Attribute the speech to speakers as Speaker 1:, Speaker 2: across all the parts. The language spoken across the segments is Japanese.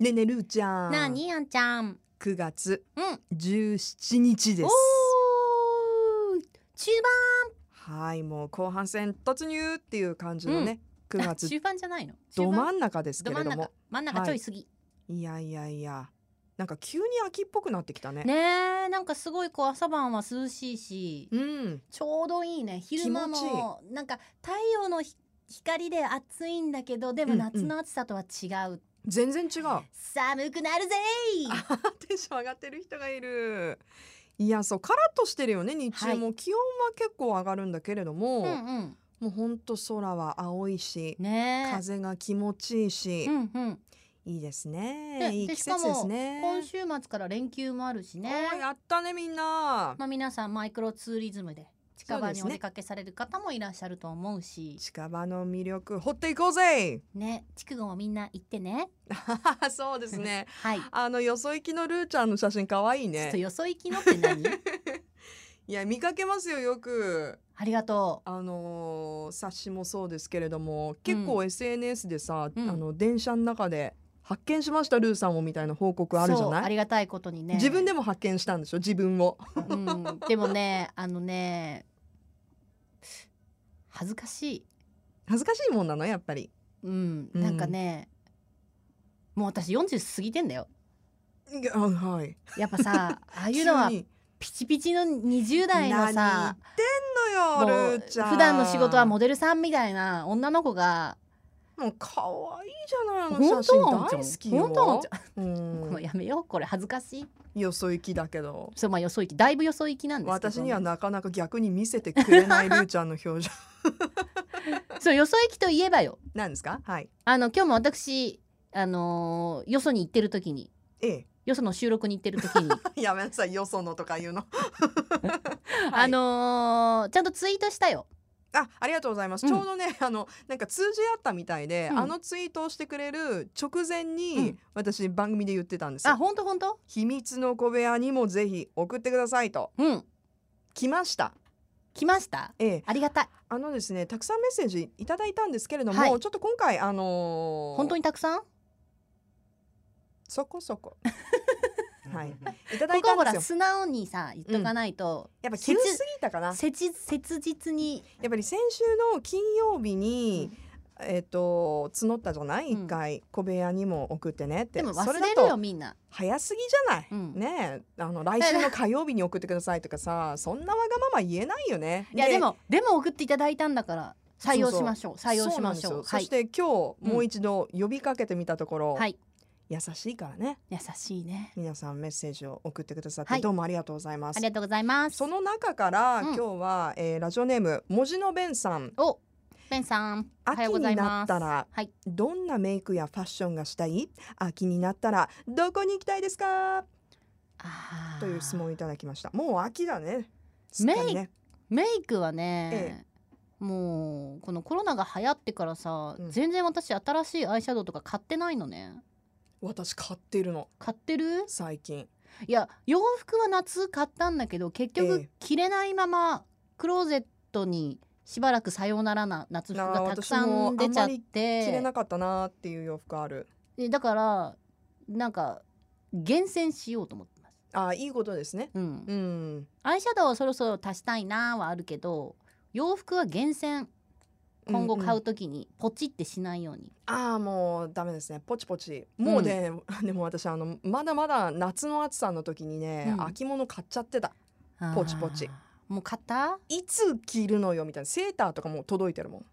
Speaker 1: ねえねえるーちゃん。
Speaker 2: なあにあんちゃん。
Speaker 1: 9月
Speaker 2: うん。
Speaker 1: 17日です。
Speaker 2: おー中
Speaker 1: はい、もう後半戦突入っていう感じのね、
Speaker 2: 盤。
Speaker 1: 9
Speaker 2: あ
Speaker 1: 月
Speaker 2: 中盤じゃないの。
Speaker 1: ど真
Speaker 2: 中
Speaker 1: ん中ですけれ
Speaker 2: 盤ど
Speaker 1: ど
Speaker 2: 真ん中
Speaker 1: も。。
Speaker 2: 真ん中ちょい過ぎ。
Speaker 1: いやいやいや、なんか急に秋っぽくなってきたね。
Speaker 2: ねえ、なんかすごいこう朝晩は涼しいし、
Speaker 1: うん、
Speaker 2: ちょうどいいね。昼間
Speaker 1: 気持ち
Speaker 2: もなんか太陽のひ光で暑いんだけど、でも
Speaker 1: うんうん
Speaker 2: 夏の暑さとは違う。
Speaker 1: 全然 違う。あ
Speaker 2: 寒くなるぜい。
Speaker 1: テンション上がってる人がいる。いや、そう、カラッとしてるよね、日中も、気温は結構上がるんだけれども、
Speaker 2: うんうん。
Speaker 1: もう本当空は青いし、
Speaker 2: ねえ。
Speaker 1: 風が気持ちいいし、
Speaker 2: うんうん。
Speaker 1: いいですね。
Speaker 2: で
Speaker 1: いい
Speaker 2: で
Speaker 1: 季
Speaker 2: しか
Speaker 1: 節
Speaker 2: も
Speaker 1: ですね。
Speaker 2: 今週末から連休もあるしね。
Speaker 1: おーやったねみんな、
Speaker 2: まあ、皆さんマイクロツーリズムで近場に
Speaker 1: そうです
Speaker 2: お
Speaker 1: ね
Speaker 2: 出かけされる方もいらっしゃると思うし
Speaker 1: 近場の魅力掘っていこうぜ
Speaker 2: ね筑後もみんな行ってね
Speaker 1: そうです ね
Speaker 2: はい、
Speaker 1: あのよそ行きのルーちゃんの写真可愛い
Speaker 2: ちょっと
Speaker 1: ね
Speaker 2: よ そ行きのって 何
Speaker 1: いや見かけますよよく
Speaker 2: ありがとう
Speaker 1: あのー冊子もそうですけれども結
Speaker 2: う
Speaker 1: 構 SNS でさ、
Speaker 2: うん
Speaker 1: あの電車の中で発見しましたルーさんをみたいな報告あるじゃ
Speaker 2: そう
Speaker 1: な
Speaker 2: あ
Speaker 1: い、
Speaker 2: りがたいことにね
Speaker 1: 自分でも発見したんでしょ自分を
Speaker 2: うん、でもねあのね恥ずかしい
Speaker 1: 恥ずかしいもんなのやっぱり
Speaker 2: うん、
Speaker 1: うん
Speaker 2: なんかねもう私40過ぎてんだよ
Speaker 1: いやあはい
Speaker 2: やっ ぱさああいうのは
Speaker 1: 急に
Speaker 2: ピチピチの20代の
Speaker 1: 何言
Speaker 2: さ
Speaker 1: ってんのよ
Speaker 2: も
Speaker 1: ル
Speaker 2: う
Speaker 1: ーちゃん
Speaker 2: 普段の仕事はモデルさんみたいな女の子が
Speaker 1: もう可愛いじゃないあの
Speaker 2: 本
Speaker 1: 写真大
Speaker 2: 当
Speaker 1: 好きよ。
Speaker 2: 本当
Speaker 1: うん
Speaker 2: もうやめようこれ恥ずかしい
Speaker 1: よそ行きだけど。
Speaker 2: そうまあよそ行きだいぶよそ行きなんですけど
Speaker 1: 私にはなかなか逆に見せてくれないルーちゃんの表 情
Speaker 2: そうよそ行きといえばよ
Speaker 1: なんですかはい
Speaker 2: あの今日も私あのーよそに行ってる時に
Speaker 1: え
Speaker 2: よその収録に行ってる時 に、
Speaker 1: えやめなさいよそのとか言うのはい
Speaker 2: あのーちゃんとツイートしたよ
Speaker 1: あありがとうございます、
Speaker 2: うん
Speaker 1: ちょうどねあのなんか通じ合ったみたいで、
Speaker 2: うん
Speaker 1: あのツイートをしてくれる直前に、
Speaker 2: うん
Speaker 1: 私番組で言ってたんです
Speaker 2: あ
Speaker 1: よ
Speaker 2: 本当本当
Speaker 1: 秘密の小部屋にもぜひ送ってくださいと
Speaker 2: うん
Speaker 1: 来ました
Speaker 2: 来ました
Speaker 1: ええ
Speaker 2: ありがたい
Speaker 1: あのですねたくさんメッセージいただいたんですけれども、
Speaker 2: はい
Speaker 1: ちょっと今回あのー
Speaker 2: 本当にたくさん
Speaker 1: そこそ こ。はい。いただ
Speaker 2: こ
Speaker 1: い
Speaker 2: こ
Speaker 1: たん
Speaker 2: はほ
Speaker 1: です
Speaker 2: ら
Speaker 1: よ。
Speaker 2: 素直にさ言っとかないと、
Speaker 1: やっぱ急すぎたかな。や
Speaker 2: 切切実に
Speaker 1: っぱり先週の金曜日に。えっと募ったじゃない
Speaker 2: うん
Speaker 1: 一回、小部屋にも送ってねって
Speaker 2: でも
Speaker 1: そ
Speaker 2: 忘
Speaker 1: れ
Speaker 2: れ
Speaker 1: だ
Speaker 2: るよ
Speaker 1: と
Speaker 2: みんな
Speaker 1: 早すぎじゃない、
Speaker 2: うん
Speaker 1: ねえあの来週の火曜日に送ってくださいとかさそんなわがまま言えないよね
Speaker 2: いやでもでも送っていただいたんだから採用しましょう採用しましょう
Speaker 1: そ
Speaker 2: はい
Speaker 1: して今日もう一度呼びかけてみたところ、
Speaker 2: はい
Speaker 1: 優しいからね
Speaker 2: 優しいね
Speaker 1: 皆さんメッセージを送ってくださって、
Speaker 2: はい
Speaker 1: どうもありがとうございます
Speaker 2: ありがとうございます
Speaker 1: その中から、
Speaker 2: うん
Speaker 1: 今日は、えーラジオネーム文字のベンさん
Speaker 2: おベンさんおは
Speaker 1: 秋
Speaker 2: ようござ
Speaker 1: に
Speaker 2: い
Speaker 1: な
Speaker 2: ま
Speaker 1: っ
Speaker 2: す
Speaker 1: たら
Speaker 2: はい
Speaker 1: どんなメイクやファッションがしたい秋になったらどこに行きたいですか
Speaker 2: あー
Speaker 1: という質問をいただきましたもう秋だねすっかりね
Speaker 2: メイクはね、
Speaker 1: え
Speaker 2: もうこのコロナが流行ってからさ、
Speaker 1: うん
Speaker 2: 全然私新しいアイシャドウとか買ってないのね
Speaker 1: 私買ってるの
Speaker 2: 買ってる
Speaker 1: 最近
Speaker 2: いや洋服は夏買ったんだけど結
Speaker 1: え
Speaker 2: 局
Speaker 1: え
Speaker 2: 着れないままクローゼットにしばらくさようならな夏服
Speaker 1: なあ
Speaker 2: がたくさん出ちゃって
Speaker 1: 着れなかったなーっていう洋服ある
Speaker 2: でだからなんか厳選しようと思ってます、
Speaker 1: あーいいことですね
Speaker 2: うん
Speaker 1: うん
Speaker 2: アイシャドウはそろそろ足したいなはあるけど洋服は厳選今後買うときにポチってしないように、
Speaker 1: ああもうダメですねポチポチもうね、 でも私あのまだまだ夏の暑さの時にね、
Speaker 2: うん
Speaker 1: 秋物買っちゃってたポチポチ
Speaker 2: あーもう買った
Speaker 1: いつ着るのよみたいなセーターとかもう届いてるもん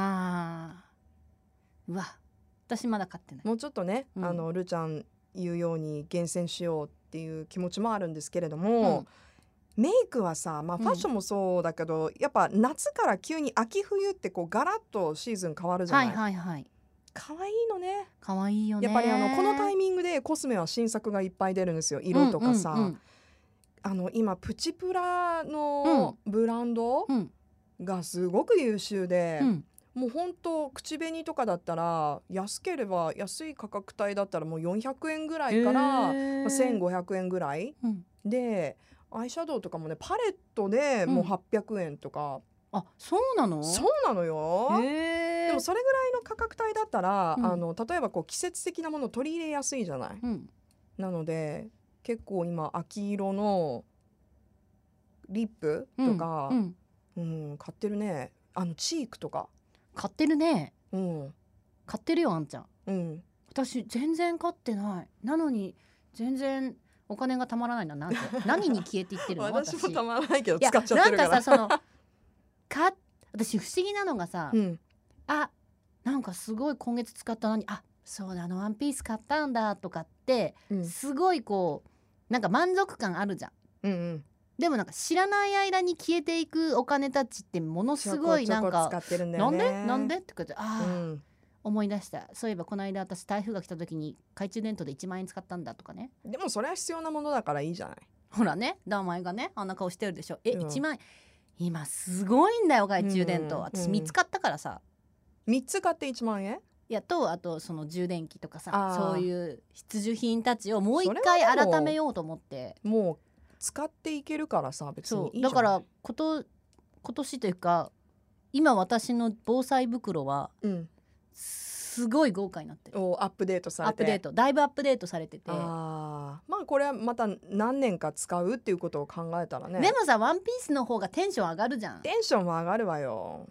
Speaker 2: あーうわ私まだ買ってない
Speaker 1: もうちょっとね、
Speaker 2: うん
Speaker 1: あのるーちゃん言うように厳選しようっていう気持ちもあるんですけれども、メイクはさ、まあ、
Speaker 2: うん
Speaker 1: ファッションもそうだけど、やっぱ夏から急に秋冬ってこうガラッとシーズン変わるじゃ
Speaker 2: は
Speaker 1: ない、
Speaker 2: いはいはい
Speaker 1: 可愛いのね
Speaker 2: 可愛いよね
Speaker 1: やっぱりあのこのタイ
Speaker 2: ミ
Speaker 1: ミングでコスメは新作がいっぱい出るんですよ色とかさ、
Speaker 2: うんうん
Speaker 1: あの今プチプラのブランド
Speaker 2: うんうん
Speaker 1: がすごく優紅で、
Speaker 2: うん
Speaker 1: もう本当口紅とかだったら安ければ安い価格帯だったらもう400円ぐらいから、まあ、
Speaker 2: えー
Speaker 1: 1500円ぐらい
Speaker 2: うん
Speaker 1: でアイシャドウとかもねパレットでもう
Speaker 2: うん
Speaker 1: 800円とか、
Speaker 2: あそうなの
Speaker 1: そうなのよ。
Speaker 2: へ
Speaker 1: で
Speaker 2: え
Speaker 1: もそれぐらいの価格帯だったら、
Speaker 2: うん
Speaker 1: あの例えばこう季節的なものを取り入れやすいじゃない。
Speaker 2: うん
Speaker 1: なので結構今秋色のリップとか
Speaker 2: う、ん、
Speaker 1: うん買ってるねあのチークとか、
Speaker 2: 買ってるね
Speaker 1: うん
Speaker 2: 買ってるよあんちゃん
Speaker 1: うん、
Speaker 2: 私全然買ってないなのに全然お金がたまらないななんて何に消えていってるの
Speaker 1: 私
Speaker 2: 私
Speaker 1: もた
Speaker 2: い
Speaker 1: まらないけど
Speaker 2: や
Speaker 1: 使っちゃってるから。
Speaker 2: なんかさそ のか私不思議なのがさ、
Speaker 1: うん、
Speaker 2: あなんかすごい今月使ったのにあそうだあのワンピース買ったんだとかって
Speaker 1: うん
Speaker 2: すごいこうなんか満足感あるじゃん
Speaker 1: うんうん、
Speaker 2: でもなんか知らない間に消えていくお金たちってものすごい
Speaker 1: ちょ
Speaker 2: な
Speaker 1: こ
Speaker 2: ん
Speaker 1: ちょこ
Speaker 2: か
Speaker 1: 使ってるんだ
Speaker 2: な
Speaker 1: よ
Speaker 2: ん
Speaker 1: ね
Speaker 2: でなんでってことであ
Speaker 1: う
Speaker 2: あ、
Speaker 1: ん、
Speaker 2: 思い出したそういえばこの間私台風が来た時に懐中電灯で1万円使ったんだとかね
Speaker 1: でもそれは必要なものだからいいじゃない。
Speaker 2: ほらね名前がねあんな顔してるでしょえ、
Speaker 1: うん
Speaker 2: 1万円今すごいんだよ懐中電
Speaker 1: う
Speaker 2: 灯、
Speaker 1: ん
Speaker 2: 私
Speaker 1: うん
Speaker 2: 見つかったからさ
Speaker 1: 三つ買って一万円？
Speaker 2: いやとあとその充電器とかさ
Speaker 1: あー
Speaker 2: そういう必需品たちをもう一
Speaker 1: それ
Speaker 2: 回
Speaker 1: はでも
Speaker 2: 改めようと思って
Speaker 1: もう使っていけるからさ別に
Speaker 2: そ
Speaker 1: いういじゃ
Speaker 2: だ
Speaker 1: ん
Speaker 2: からこと今年というか今私の防災袋は
Speaker 1: うん、
Speaker 2: すごい豪華になってる
Speaker 1: をアップデートさ
Speaker 2: ア
Speaker 1: れ
Speaker 2: ッ
Speaker 1: て。
Speaker 2: プデートだいぶアップデートされてて、
Speaker 1: あーまあこれはまた何年か使うっていうことを考えたらね
Speaker 2: でもさ「ワンピースの方がテンション上がるじゃん
Speaker 1: テンションも上がるわよ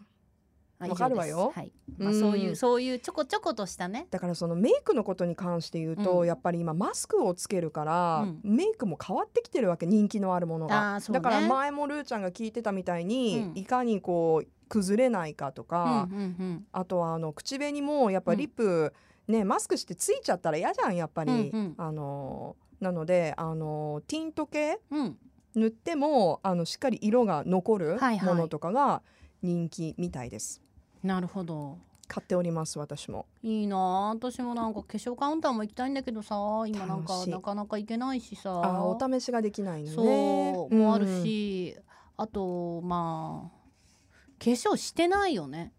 Speaker 2: あ
Speaker 1: わかる
Speaker 2: 以上です
Speaker 1: わよ
Speaker 2: はいまあ、そういうそういうちょこちょことしたね
Speaker 1: だからそのメイクのことに関して言うと、
Speaker 2: うん
Speaker 1: やっぱり今マスクをつけるから、
Speaker 2: うん
Speaker 1: メイクも変わってきてるわけ人気のあるものが、
Speaker 2: あーそうね
Speaker 1: だから前もルーちゃんが聞いてたみたいに、
Speaker 2: うん
Speaker 1: いかにこう崩れないかと
Speaker 2: うん
Speaker 1: か、
Speaker 2: うん
Speaker 1: あとはあの口紅もやっぱリップ、ねマスクしてついちゃったら嫌じゃんやっぱり、
Speaker 2: うんうん
Speaker 1: あのーなのであのーティント系
Speaker 2: うんうん
Speaker 1: 塗ってもあのしっかり色が残る
Speaker 2: はいは
Speaker 1: も
Speaker 2: い
Speaker 1: のとかが人気みたいです、
Speaker 2: なるほど
Speaker 1: 買っております私も
Speaker 2: いいなあ私もなんか化粧カウンターも行きたいんだけどさ今なん
Speaker 1: 楽
Speaker 2: か
Speaker 1: しい
Speaker 2: なかなか行けないしさ
Speaker 1: あーお試しができないのね
Speaker 2: そう、
Speaker 1: ん
Speaker 2: もあるしあとまあ化粧してないよね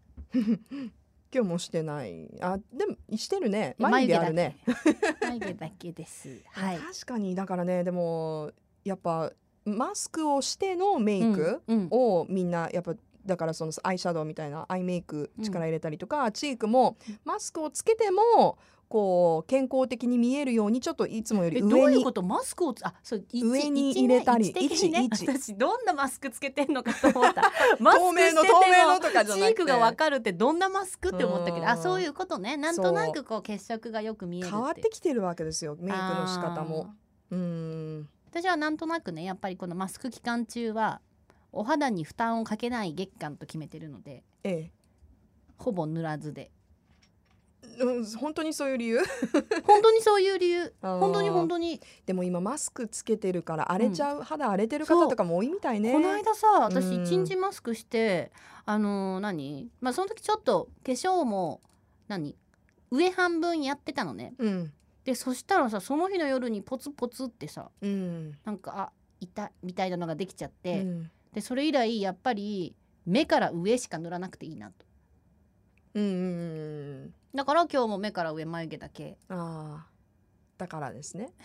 Speaker 1: 今日もしてないあでもしてるね眉毛あるね
Speaker 2: 眉毛だけ眉毛だけ ですはい
Speaker 1: 確かにだからねでもやっぱマスクをしてのメイク、
Speaker 2: うんうん
Speaker 1: をみんなやっぱだからそのアイシャドウみたいなアイメイク力入れたりとか、チークもマスクをつけてもこう健康的に見えるようにちょっといつもより
Speaker 2: え
Speaker 1: 上
Speaker 2: どういう
Speaker 1: に
Speaker 2: ことマスクをつあそう一
Speaker 1: 上に
Speaker 2: 一
Speaker 1: 入れたり
Speaker 2: 一的にね
Speaker 1: 位置位置
Speaker 2: 私どんなマスクつけてんのかと思ったマスク
Speaker 1: 透明の
Speaker 2: してて
Speaker 1: 透
Speaker 2: も
Speaker 1: 明のとかじゃ
Speaker 2: チ
Speaker 1: な
Speaker 2: ー
Speaker 1: くて
Speaker 2: クがわかるってどんなマスクって思ったけ
Speaker 1: う
Speaker 2: ど
Speaker 1: ん
Speaker 2: あそういうことねなんとなくこう血色がよく見えるって
Speaker 1: 変わってきてるわけですよメイクの仕方も。うーん
Speaker 2: あー私はなんとなくねやっぱりこのマスク期間中はお肌に負担をかけない月間と決めてるので
Speaker 1: え
Speaker 2: ほぼ塗ら ずで
Speaker 1: え、うん本当にそういう理由
Speaker 2: 本当にそういう理由
Speaker 1: あー
Speaker 2: 本当に本当に、
Speaker 1: でも今マスクつけてるから荒れちゃう、肌荒れてる方とかも多いみたいね。
Speaker 2: この間さ私
Speaker 1: うん
Speaker 2: 一日マスクしてあのー何まあその時ちょっと化粧も何上半分やってたのね
Speaker 1: うん
Speaker 2: でそしたらさその日の夜にポツポツってさ
Speaker 1: うん
Speaker 2: なんかあ痛いみたいなのができちゃっ
Speaker 1: う
Speaker 2: て、
Speaker 1: ん
Speaker 2: でそれ以来やっぱり目から上しか塗らなくていいなと
Speaker 1: うんうん
Speaker 2: だから今日も目から上眉毛だけ
Speaker 1: ああだからですね。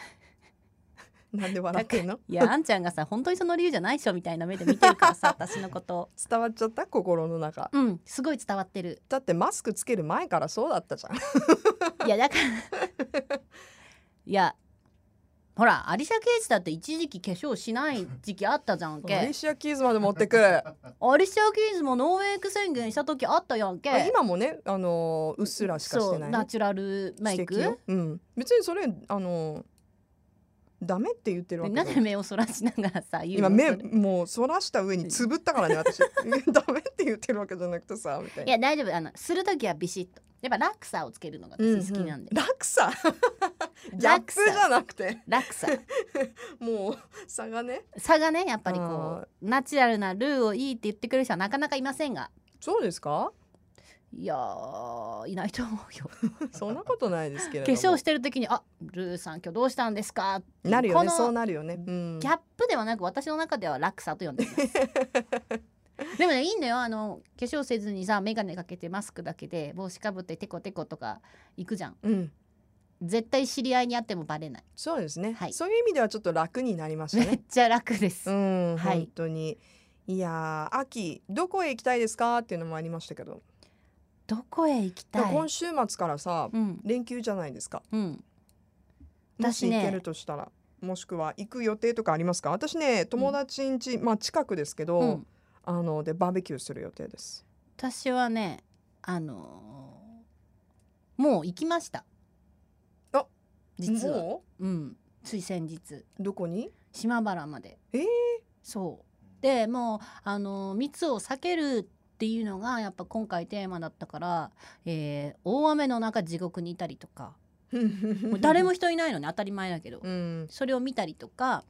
Speaker 1: なんで笑ってんの
Speaker 2: いや あんちゃんがさ本当にその理由じゃないっしょみたいな目で見てる からさ私のこと
Speaker 1: 伝わっちゃった心の中
Speaker 2: うんすごい伝わってる
Speaker 1: だってマスクつける前からそうだったじゃん
Speaker 2: いやだから いやほらアリシャ・ケイジだって一時期化粧しない時期あったじゃん
Speaker 1: アリ
Speaker 2: け
Speaker 1: シア・キーズまで持ってく
Speaker 2: アリシャ・ケイジもノーメイク宣言した時あったやんけ
Speaker 1: 今もねあのーうっすらしかして
Speaker 2: そ
Speaker 1: な
Speaker 2: う
Speaker 1: い
Speaker 2: ナ
Speaker 1: ね
Speaker 2: チュラルメイ
Speaker 1: 素敵
Speaker 2: ク
Speaker 1: ようん、別にそれあのーダメって言ってるわ
Speaker 2: で
Speaker 1: け
Speaker 2: なん
Speaker 1: だ
Speaker 2: で目をそらしながらさ言う
Speaker 1: 今
Speaker 2: の
Speaker 1: 目
Speaker 2: それ
Speaker 1: もうそらした上につぶったからね 私ダメって言ってるわけじゃなくてさみたい
Speaker 2: い
Speaker 1: な
Speaker 2: や大丈夫あのする時はビシッとやっぱラクサをつけるのが私好きなんで、
Speaker 1: う落 差ギャップじゃなくて
Speaker 2: ラクサ
Speaker 1: もう差がね
Speaker 2: 差がねやっぱり
Speaker 1: あ
Speaker 2: こうナチュラルなルーをいいって言ってくれる人はなかなかいませんが
Speaker 1: そうですか
Speaker 2: いやーいないと思うよ
Speaker 1: そんなことないですけれ
Speaker 2: 化
Speaker 1: ども
Speaker 2: 粧してる時に「あルーさん今日どうしたんですか?」
Speaker 1: なるよね
Speaker 2: この
Speaker 1: そうなるよね、うん、
Speaker 2: ギャップではなく私の中では落差と呼んでいます でもねいいんだよあの化粧せずにさ眼鏡かけてマスクだけで帽子かぶってテコテコとか行くじゃん
Speaker 1: うん
Speaker 2: 絶対知り合いに会ってもバレない
Speaker 1: そうですね、
Speaker 2: はい
Speaker 1: そういう意味ではちょっと楽になりました
Speaker 2: めっ
Speaker 1: ね。
Speaker 2: ちゃ楽です、
Speaker 1: うん、
Speaker 2: はい
Speaker 1: 本当にいやー秋どこへ行きたいですかっていうのもありましたけど、
Speaker 2: どこへ行き
Speaker 1: だから
Speaker 2: たい
Speaker 1: 今週末からさ
Speaker 2: うん
Speaker 1: 連休じゃないですか
Speaker 2: うん
Speaker 1: もし
Speaker 2: 私ね
Speaker 1: 行けるとしたら、もしくは行く予定とかありますか私ね友達ん家、まあ近くですけど、
Speaker 2: うん
Speaker 1: あのでバーベキューする予定です
Speaker 2: 私はねあのーもう行きました
Speaker 1: あ
Speaker 2: 実は
Speaker 1: も
Speaker 2: うんつい先日
Speaker 1: うどこに
Speaker 2: 島原まで
Speaker 1: えー
Speaker 2: そうでもうあのー密を避けるっていうのがやっぱ今回テーマだったから、えー大雨の中地獄にいたりとかもう誰も人いないのね当たり前だけど、
Speaker 1: うん
Speaker 2: それを見たりとか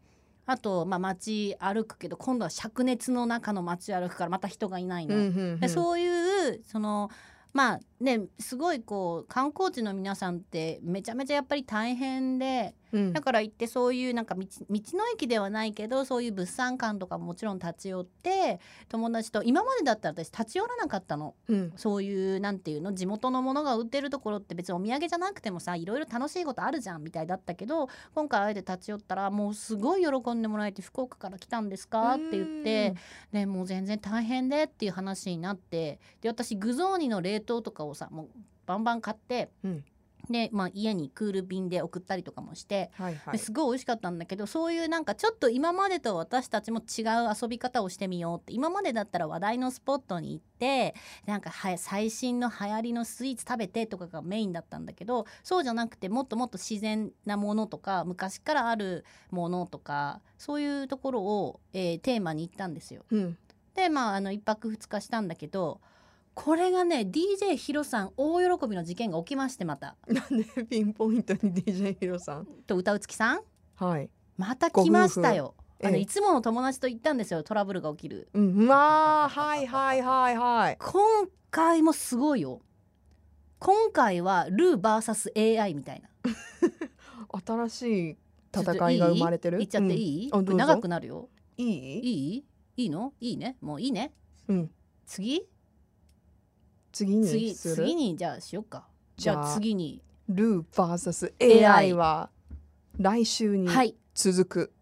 Speaker 2: あと、まあ、街歩くけど今度は灼熱の中の街歩くからまた人がいないの。でそういうそのまあねすごいこう観光地の皆さんってめちゃめちゃやっぱり大変で
Speaker 1: うん
Speaker 2: だから行ってそういうなんか道道の駅ではないけどそういう物産館とかももちろん立ち寄って友達と今までだったら私立ち寄らなかったの
Speaker 1: うん
Speaker 2: そういうなんていうの地元のものが売ってるところって別にお土産じゃなくてもさいろいろ楽しいことあるじゃんみたいだったけど今回あえて立ち寄ったらもうすごい喜んでもらえて福岡から来たんですかって言って。ね、もう全然大変でっていう話になってで私具雑煮の冷凍とかをさもうバンバン買って、
Speaker 1: うん
Speaker 2: で、まあ、家にクール便で送ったりとかもして、
Speaker 1: うんはいはい
Speaker 2: ですごい美味しかったんだけどそういうなんかちょっと今までと私たちも違う遊び方をしてみようって今までだったら話題のスポットに行ってなんかは最新の流行りのスイーツ食べてとかがメインだったんだけどそうじゃなくてもっともっと自然なものとか昔からあるものとかそういうところを、えーテーマに行ったんですよ。
Speaker 1: うん
Speaker 2: でまああの1泊2日したんだけどこれがね DJ ヒロさん大喜びの事件が起きましてまた
Speaker 1: なんでピンポイントに DJ ヒロさん
Speaker 2: と歌うつきさん
Speaker 1: はい
Speaker 2: また来ましたよ。
Speaker 1: ご夫婦
Speaker 2: あの
Speaker 1: ええ
Speaker 2: いつもの友達と行ったんですよトラブルが起きる
Speaker 1: うんうわーはいはいはいはい
Speaker 2: 今回もすごいよ今回はルー VSAI みたいな
Speaker 1: 新しい戦いが生まれてる
Speaker 2: 言っちゃってい
Speaker 1: うん
Speaker 2: い、
Speaker 1: あ
Speaker 2: これ
Speaker 1: どうぞ
Speaker 2: 長くなるよ
Speaker 1: うんいい
Speaker 2: いいいいのいいねもういいね
Speaker 1: うん
Speaker 2: 次
Speaker 1: 次に
Speaker 2: 次
Speaker 1: する
Speaker 2: 次にじゃあしようかじゃ
Speaker 1: じゃ
Speaker 2: あ
Speaker 1: あ
Speaker 2: 次に
Speaker 1: ルー VSAI
Speaker 2: AI
Speaker 1: は来週に
Speaker 2: はい
Speaker 1: 続く